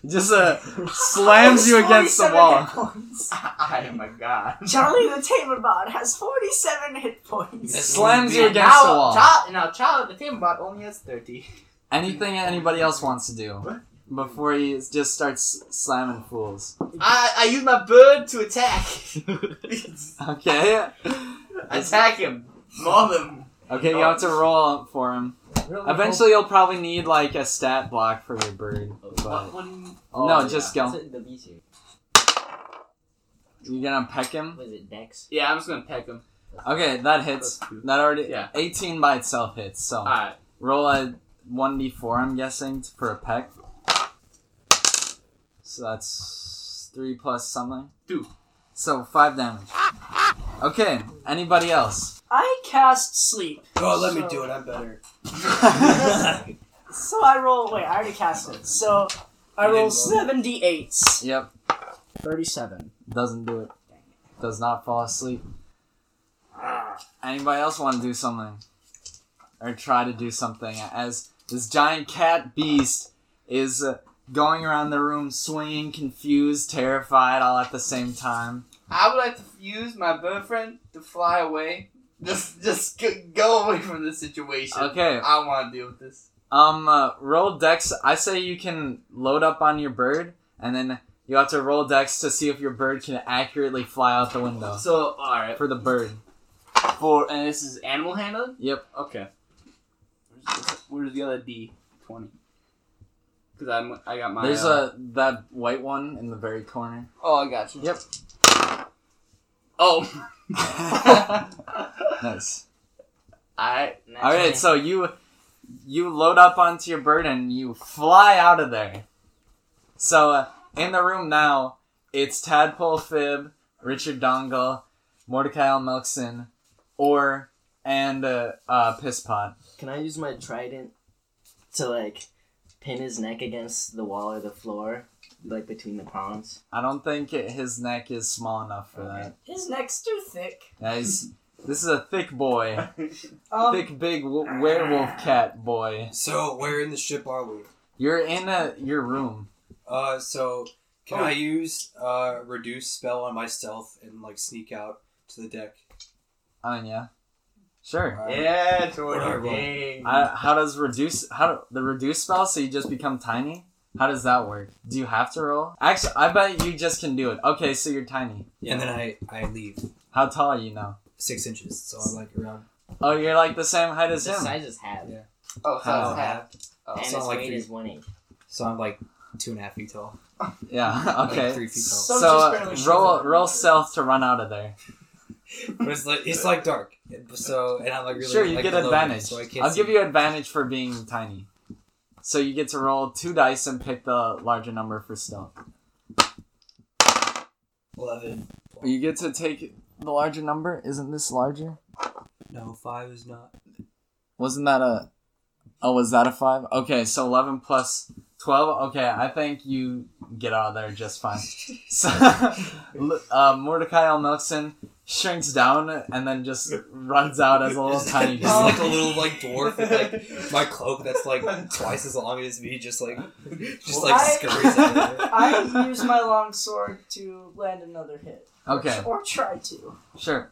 [SPEAKER 1] He Just uh, slams you against the
[SPEAKER 4] 47
[SPEAKER 1] wall.
[SPEAKER 4] hit points.
[SPEAKER 3] I am a god.
[SPEAKER 4] Charlie the Tamer Bot has 47 hit points.
[SPEAKER 1] Slams you
[SPEAKER 3] And
[SPEAKER 1] against the
[SPEAKER 3] now,
[SPEAKER 1] wall.
[SPEAKER 3] Child, now, child of the Timbot only has thirty.
[SPEAKER 1] Anything anybody else wants to do before he just starts slamming fools.
[SPEAKER 3] I I use my bird to attack.
[SPEAKER 1] Okay.
[SPEAKER 3] attack him, maul him.
[SPEAKER 1] Okay, you have to roll for him. Eventually, you'll probably need like a stat block for your bird.
[SPEAKER 3] What,
[SPEAKER 1] But
[SPEAKER 3] what do you-
[SPEAKER 1] no, just go.
[SPEAKER 6] The B series.
[SPEAKER 1] You're gonna peck him.
[SPEAKER 6] Was it Dex?
[SPEAKER 3] Yeah, I'm just gonna peck him.
[SPEAKER 1] Okay, that hits. That already.
[SPEAKER 3] Yeah. Ah.
[SPEAKER 1] 18 by itself hits. So
[SPEAKER 3] All right.
[SPEAKER 1] roll a 1d4. I'm guessing t- for a peck. So that's three plus something.
[SPEAKER 3] Two.
[SPEAKER 1] So five damage. Okay. Anybody else?
[SPEAKER 4] I cast Sleep.
[SPEAKER 5] Oh, let me
[SPEAKER 4] So-
[SPEAKER 5] do it. I'm better.
[SPEAKER 4] So I roll. Wait, I already cast it. So I
[SPEAKER 5] You didn't
[SPEAKER 4] roll
[SPEAKER 5] roll.
[SPEAKER 4] 78s.
[SPEAKER 1] yep.
[SPEAKER 4] 37.
[SPEAKER 1] Doesn't do it. Does not fall asleep. Anybody else want to do something? Or try to do something as this giant cat beast is uh, going around the room swinging, confused, terrified, all at the same time.
[SPEAKER 3] I would like to use my bird friend to fly away. Just, just g- go away from this situation.
[SPEAKER 1] Okay.
[SPEAKER 3] I don't want to deal with this.
[SPEAKER 1] Um, uh, roll dex. I say you can load up on your bird, and then you have to roll dex to see if your bird can accurately fly out the window.
[SPEAKER 3] So, all right.
[SPEAKER 1] For the bird,
[SPEAKER 3] For and this is animal handling.
[SPEAKER 1] Yep.
[SPEAKER 3] Okay. Where's, this- where's the other D twenty? Because I'm I got my.
[SPEAKER 1] there's
[SPEAKER 3] uh,
[SPEAKER 1] a that white one in the very corner.
[SPEAKER 3] Oh, I got you.
[SPEAKER 1] Yep.
[SPEAKER 3] Oh.
[SPEAKER 1] Nice.
[SPEAKER 3] I
[SPEAKER 1] All right, so you you load up onto your bird and you fly out of there. So uh, in the room now, it's Tadpole Fib, Richard Dongle, Mordecai L. Melkson, or and uh, uh, Pisspot.
[SPEAKER 6] Can I use my trident to like pin his neck against the wall or the floor, like between the palms?
[SPEAKER 1] I don't think it, his neck is small enough for that.
[SPEAKER 4] His neck's too thick.
[SPEAKER 1] Yeah, he's- this is a thick boy,
[SPEAKER 4] Um,
[SPEAKER 1] thick big w- werewolf cat boy.
[SPEAKER 5] So, where in the ship are we?
[SPEAKER 1] You're in a, your room.
[SPEAKER 5] Uh, so can
[SPEAKER 3] Oh.
[SPEAKER 5] I use uh reduce spell on myself and like sneak out to the deck?
[SPEAKER 1] I mean, yeah, sure.
[SPEAKER 5] Alright.
[SPEAKER 3] yeah,
[SPEAKER 5] Whatever.
[SPEAKER 3] Jordan. dang.
[SPEAKER 1] I, how does reduce how do, the reduce spell? So you just become tiny. How does that work? Do you have to roll? Actually, I bet you just can do it. Okay, so you're tiny.
[SPEAKER 5] And then I I leave
[SPEAKER 1] How tall are you now?
[SPEAKER 5] six inches, so I'm like around.
[SPEAKER 1] Oh, you're like the same height
[SPEAKER 6] The
[SPEAKER 1] as him.
[SPEAKER 6] size is half,
[SPEAKER 5] Yeah.
[SPEAKER 3] oh, so
[SPEAKER 1] How?
[SPEAKER 3] it's half. Oh.
[SPEAKER 6] and
[SPEAKER 5] it's
[SPEAKER 6] his
[SPEAKER 5] not like
[SPEAKER 6] weight
[SPEAKER 5] three-
[SPEAKER 6] is one eight.
[SPEAKER 5] So I'm like two and a half feet tall.
[SPEAKER 1] Yeah.
[SPEAKER 5] Like
[SPEAKER 1] Okay.
[SPEAKER 5] three feet tall.
[SPEAKER 1] So
[SPEAKER 4] just
[SPEAKER 1] uh,
[SPEAKER 4] barely short
[SPEAKER 1] roll
[SPEAKER 4] of it.
[SPEAKER 1] roll stealth to run out of there.
[SPEAKER 5] But it's like it's like dark. So and I'm like really
[SPEAKER 1] sure, you
[SPEAKER 5] like,
[SPEAKER 1] get
[SPEAKER 5] low,
[SPEAKER 1] advantage.
[SPEAKER 5] So I can't
[SPEAKER 1] I'll give
[SPEAKER 5] see.
[SPEAKER 1] you advantage for being tiny. So you get to roll two dice and pick the larger number for stealth.
[SPEAKER 5] eleven.
[SPEAKER 1] You get to take the larger number. Isn't this larger?
[SPEAKER 5] No, five is not.
[SPEAKER 1] Wasn't that a? Oh, was that a five? Okay, so eleven plus twelve. Okay, I think you get out of there just fine. so, l- uh, Mordecai L. Nelson shrinks down and then just runs out as a little tiny
[SPEAKER 5] Just
[SPEAKER 1] dude.
[SPEAKER 5] like a little like dwarf with like my cloak that's like twice as long as me, just like just like
[SPEAKER 4] I-
[SPEAKER 5] scurries out of there.
[SPEAKER 4] I use my long sword to land another hit.
[SPEAKER 1] Okay,
[SPEAKER 4] Or try to.
[SPEAKER 1] sure.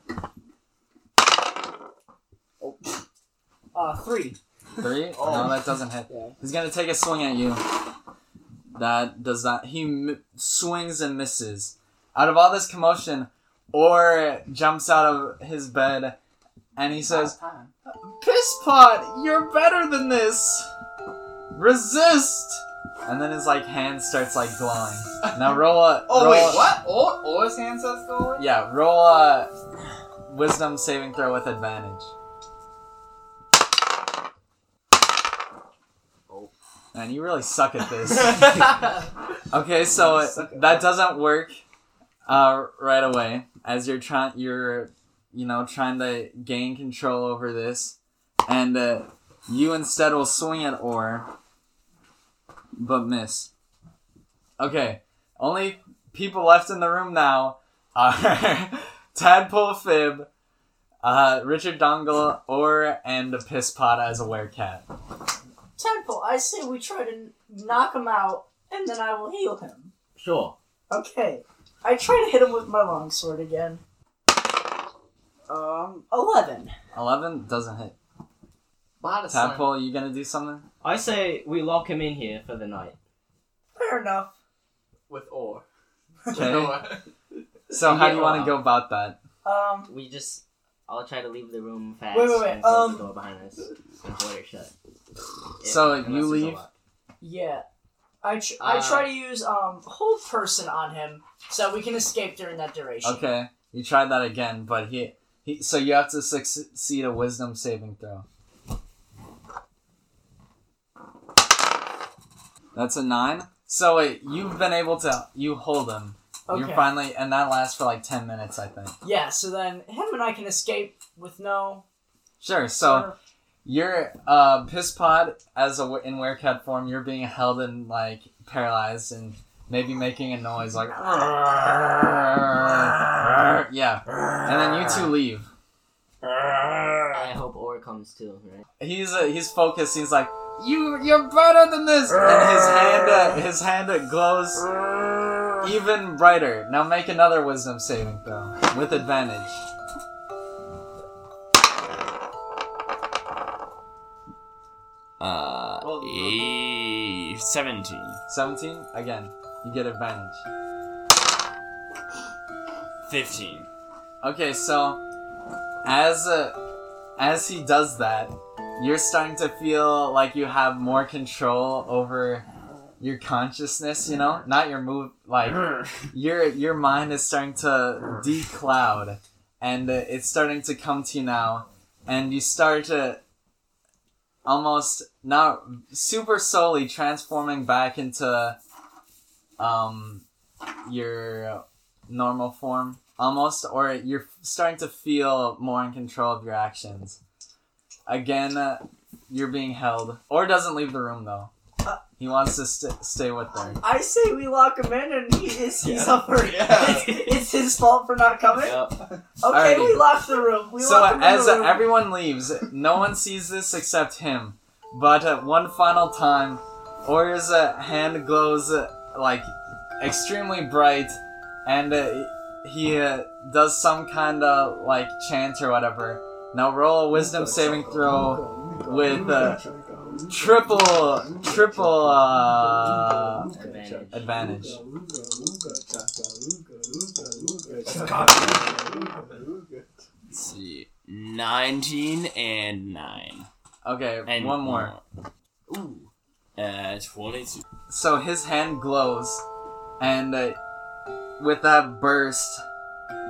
[SPEAKER 4] Uh, three.
[SPEAKER 1] Three? No, that doesn't hit.
[SPEAKER 4] Yeah.
[SPEAKER 1] He's gonna take a swing at you. That does not. He m- swings and misses. Out of all this commotion, or jumps out of his bed, and he says,
[SPEAKER 3] time.
[SPEAKER 1] "Piss pot, you're better than this. Resist." And then his like hand starts like glowing. Now roll a.
[SPEAKER 3] Oh
[SPEAKER 1] roll
[SPEAKER 3] wait,
[SPEAKER 1] a-
[SPEAKER 3] what? Or Or's ancestral?
[SPEAKER 1] Yeah, roll a wisdom saving throw with advantage. Man, you really suck at this. Okay, so
[SPEAKER 3] You suck
[SPEAKER 1] that
[SPEAKER 3] at that.
[SPEAKER 1] doesn't work uh, right away. As you're trying, you're you know trying to gain control over this, and uh, you instead will swing at Or, but miss. Okay, only people left in the room now are Tadpole Fib, uh, Richard Dongle, Or, and Pisspot as a werecat.
[SPEAKER 4] Temple, I say we try to knock him out, and then I will heal him.
[SPEAKER 6] Sure.
[SPEAKER 4] Okay. I try to hit him with my long sword again. Um, eleven.
[SPEAKER 1] Eleven doesn't hit.
[SPEAKER 3] Lot of sun.
[SPEAKER 1] Tadpole, you gonna do something?
[SPEAKER 6] I say we lock him in here for the night.
[SPEAKER 4] Fair enough.
[SPEAKER 3] with Or.
[SPEAKER 1] Okay.
[SPEAKER 3] With Or.
[SPEAKER 1] So how do you
[SPEAKER 6] Yeah.
[SPEAKER 1] want to go about that?
[SPEAKER 4] Um,
[SPEAKER 6] We just. I'll try to leave the room fast.
[SPEAKER 4] Wait, wait, wait,
[SPEAKER 6] And close
[SPEAKER 4] um,
[SPEAKER 6] the door behind us and hold it shut. If-
[SPEAKER 1] So
[SPEAKER 6] unless
[SPEAKER 1] you
[SPEAKER 6] there's a
[SPEAKER 1] leave?
[SPEAKER 6] lock.
[SPEAKER 4] yeah. I, tr- I
[SPEAKER 3] Uh,
[SPEAKER 4] try to use um whole person on him so we can escape during that duration.
[SPEAKER 1] Okay, you tried that again, but he, he so you have to succeed a wisdom saving throw. That's a nine. So wait, you've been able to you hold him.
[SPEAKER 4] Okay.
[SPEAKER 1] You're finally, and that lasts for like ten minutes, I think.
[SPEAKER 4] Yeah. So then him and I can escape with no.
[SPEAKER 1] Sure. So you're uh, piss pod as a in werecat form. You're being held and like paralyzed and maybe making a noise like yeah, and then you two leave.
[SPEAKER 6] I hope Or comes too, right?
[SPEAKER 1] he's uh, he's focused. He's like, you you're better than this, and his hand uh, his hand uh, glows even brighter. Now make another wisdom saving throw with advantage.
[SPEAKER 2] Uh,
[SPEAKER 1] Well, okay.
[SPEAKER 2] eh, 17.
[SPEAKER 1] Seventeen again. You get advantage.
[SPEAKER 2] 15.
[SPEAKER 1] Okay, so as uh, as he does that, you're starting to feel like you have more control over your consciousness. You know, not your move. Like your your mind is starting to decloud, and uh, it's starting to come to you now, and you start to almost not super solely transforming back into um your normal form almost or you're starting to feel more in control of your actions again uh, you're being held or doesn't leave the room though he wants to st- stay with them
[SPEAKER 4] I say we lock him in, and he is he's suffering.
[SPEAKER 3] Yeah.
[SPEAKER 4] It's, it's his fault for not coming. Okay,
[SPEAKER 1] Alrighty.
[SPEAKER 4] we lock the room. We
[SPEAKER 1] so
[SPEAKER 4] lock him
[SPEAKER 1] as
[SPEAKER 4] in the room.
[SPEAKER 1] everyone leaves no one sees this except him but uh, one final time Ora's uh, hand glows uh, like extremely bright and uh, he uh, does some kind of like chant or whatever now roll a wisdom saving throw with uh, triple triple uh,
[SPEAKER 6] Advantage.
[SPEAKER 1] advantage
[SPEAKER 2] Let's see. 19 and 9.
[SPEAKER 1] okay
[SPEAKER 2] And
[SPEAKER 1] one more
[SPEAKER 2] Ooh. Uh, 22.
[SPEAKER 1] so his hand glows, and uh, with that burst,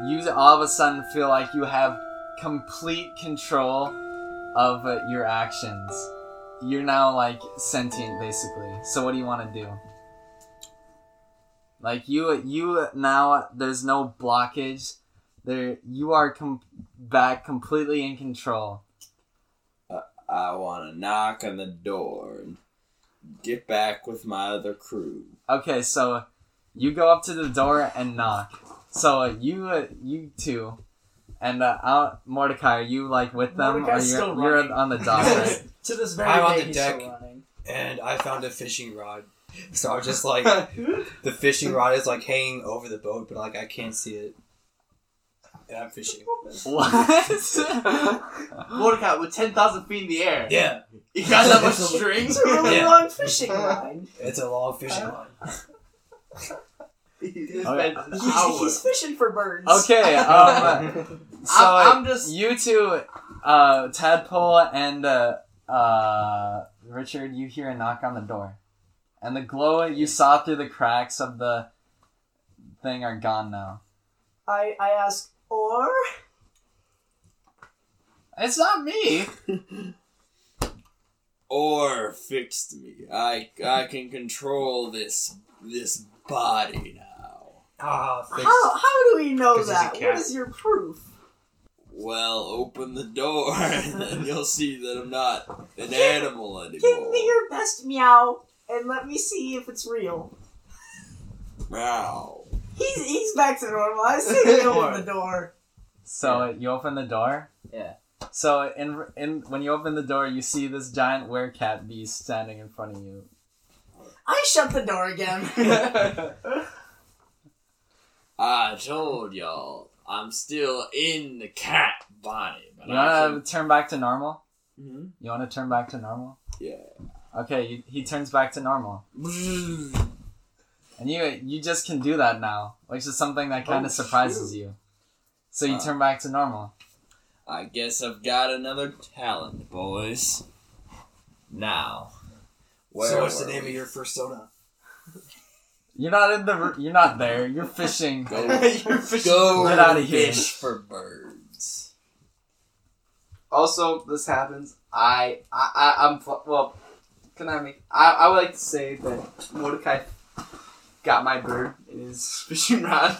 [SPEAKER 1] you all of a sudden feel like you have complete control of uh, your actions. You're now like sentient, basically. So what do you want to do? Like you, you now there's no blockage. There, you are com- back completely in control.
[SPEAKER 2] I want to knock on the door and get back with my other crew.
[SPEAKER 1] Okay, so you go up to the door and knock. So uh, you, uh, you two, and uh, out Mordecai, are you like with them,
[SPEAKER 4] Mordecai's
[SPEAKER 1] or
[SPEAKER 4] still
[SPEAKER 1] you're, you're
[SPEAKER 4] running.
[SPEAKER 1] on the dock? Right?
[SPEAKER 4] To this very
[SPEAKER 5] I'm on
[SPEAKER 4] day,
[SPEAKER 5] the
[SPEAKER 4] he's
[SPEAKER 5] deck.
[SPEAKER 4] still running.
[SPEAKER 5] and I found a fishing rod. So I'm just like the fishing rod is like hanging over the boat, but like I can't see it. And I'm fishing.
[SPEAKER 1] what?
[SPEAKER 3] Mordecai with 10,000 feet in the air.
[SPEAKER 5] Yeah,
[SPEAKER 3] You got that much string?
[SPEAKER 4] It's a really
[SPEAKER 5] Yeah.
[SPEAKER 4] long fishing line.
[SPEAKER 5] it's a long fishing line.
[SPEAKER 3] You spent
[SPEAKER 1] Okay.
[SPEAKER 3] an
[SPEAKER 4] He's,
[SPEAKER 3] hour.
[SPEAKER 4] he's fishing for birds.
[SPEAKER 1] okay, um, so uh,
[SPEAKER 3] I'm, I'm just.
[SPEAKER 1] you two, uh, Tadpole and uh, uh, Richard, you hear a knock on the door, and the glow you saw through the cracks of the thing are gone now.
[SPEAKER 4] I, I ask, or?
[SPEAKER 1] It's not me.
[SPEAKER 2] Or fixed me. I I can control this this body now.
[SPEAKER 5] Ah, fixed.
[SPEAKER 4] How, how do we know
[SPEAKER 5] 'Cause he's a
[SPEAKER 4] that? What
[SPEAKER 5] cat.
[SPEAKER 4] is your proof?
[SPEAKER 2] Well, open the door and then you'll see that I'm not an animal
[SPEAKER 4] Give
[SPEAKER 2] anymore.
[SPEAKER 4] me your best meow and let me see if it's real.
[SPEAKER 2] Meow.
[SPEAKER 4] He's, he's back to normal. I see him open the door.
[SPEAKER 1] So you open the door.
[SPEAKER 6] Yeah.
[SPEAKER 1] So in in when you open the door, you see this giant werewolf beast standing in front of you.
[SPEAKER 4] I shut the door again.
[SPEAKER 2] I told y'all I'm still in the cat body, but
[SPEAKER 1] You
[SPEAKER 2] I
[SPEAKER 1] want to turn back to normal?
[SPEAKER 2] can...
[SPEAKER 1] You want to turn back to normal?
[SPEAKER 2] Yeah.
[SPEAKER 1] Okay, you, he turns back to normal,
[SPEAKER 2] Mhm.
[SPEAKER 1] and you you just can do that now, which is something that kind
[SPEAKER 2] Oh,
[SPEAKER 1] of surprises
[SPEAKER 2] shoot.
[SPEAKER 1] you. So you
[SPEAKER 2] Uh.
[SPEAKER 1] turn back to normal.
[SPEAKER 2] I guess I've got another talent, boys. Now,
[SPEAKER 5] so what's
[SPEAKER 2] were
[SPEAKER 5] the name
[SPEAKER 2] we?
[SPEAKER 5] of your persona?
[SPEAKER 1] You're not in the r- you're not there. You're fishing.
[SPEAKER 2] Go,
[SPEAKER 3] You're fishing
[SPEAKER 2] go
[SPEAKER 1] Get outta here.
[SPEAKER 2] fish for birds.
[SPEAKER 3] Also, this happens. I, I, I I'm fu- well. Can I make? I, I would like to say that Mordecai got my bird in his fishing rod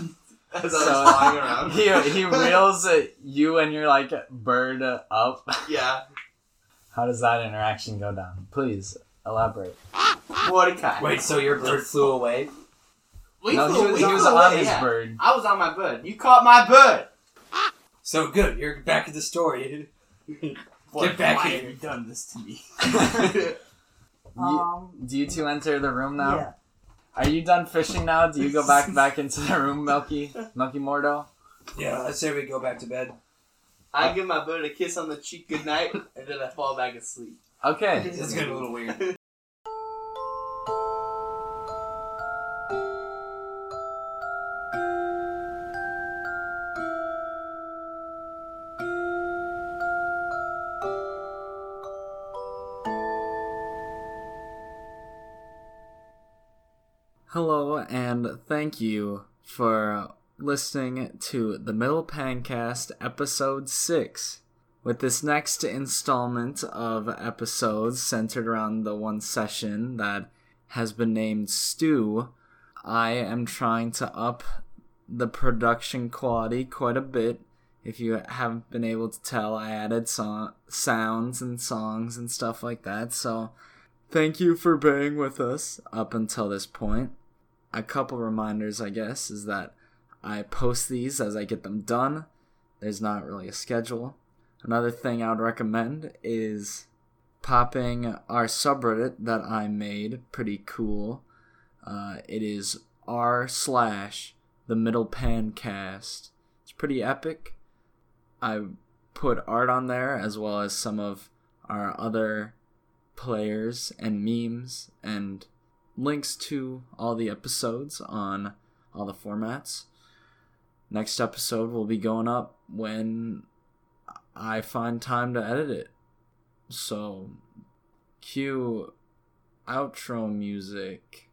[SPEAKER 3] as I was
[SPEAKER 1] So-
[SPEAKER 3] flying around.
[SPEAKER 1] He he reels uh, you and your like bird uh, up.
[SPEAKER 3] yeah,
[SPEAKER 1] How does that interaction go down? Please elaborate.
[SPEAKER 3] Mordecai.
[SPEAKER 5] Wait, so your bird flew away?
[SPEAKER 3] we
[SPEAKER 1] no,
[SPEAKER 3] flew-
[SPEAKER 1] he was,
[SPEAKER 3] we
[SPEAKER 1] he was
[SPEAKER 3] flew
[SPEAKER 1] on
[SPEAKER 3] away,
[SPEAKER 1] his
[SPEAKER 3] yeah.
[SPEAKER 1] bird.
[SPEAKER 3] I was on my bird. You caught my bird.
[SPEAKER 5] So good, you're back in the story.
[SPEAKER 3] Boy,
[SPEAKER 5] back
[SPEAKER 3] why
[SPEAKER 5] here.
[SPEAKER 3] have you done this to me?
[SPEAKER 1] You-
[SPEAKER 4] Um,
[SPEAKER 1] do you two enter the room now?
[SPEAKER 4] yeah.
[SPEAKER 1] Are you done fishing now? Do you go back back into the room, Milky Milky Mordo?
[SPEAKER 5] Yeah, let's say we go back to bed.
[SPEAKER 3] I give my bird a kiss on the cheek goodnight, and then I fall back asleep.
[SPEAKER 1] Okay.
[SPEAKER 5] It's getting a little weird.
[SPEAKER 1] Hello and thank you for listening to the Middle Pancast episode six. With this next installment of episodes centered around the one session that has been named Stew, I am trying to up the production quality quite a bit. If you haven't been able to tell, I added so- sounds and songs and stuff like that. So, thank you for being with us up until this point. A couple reminders, I guess, is that I post these as I get them done. There's not really a schedule. Another thing I would recommend is popping our subreddit that I made. Pretty cool. Uh, it is r slash the middle pancast. It's pretty epic. I put art on there as well as some of our other players and memes and links to all the episodes on all the formats. Next episode will be going up when I find time to edit it. So, cue outro music.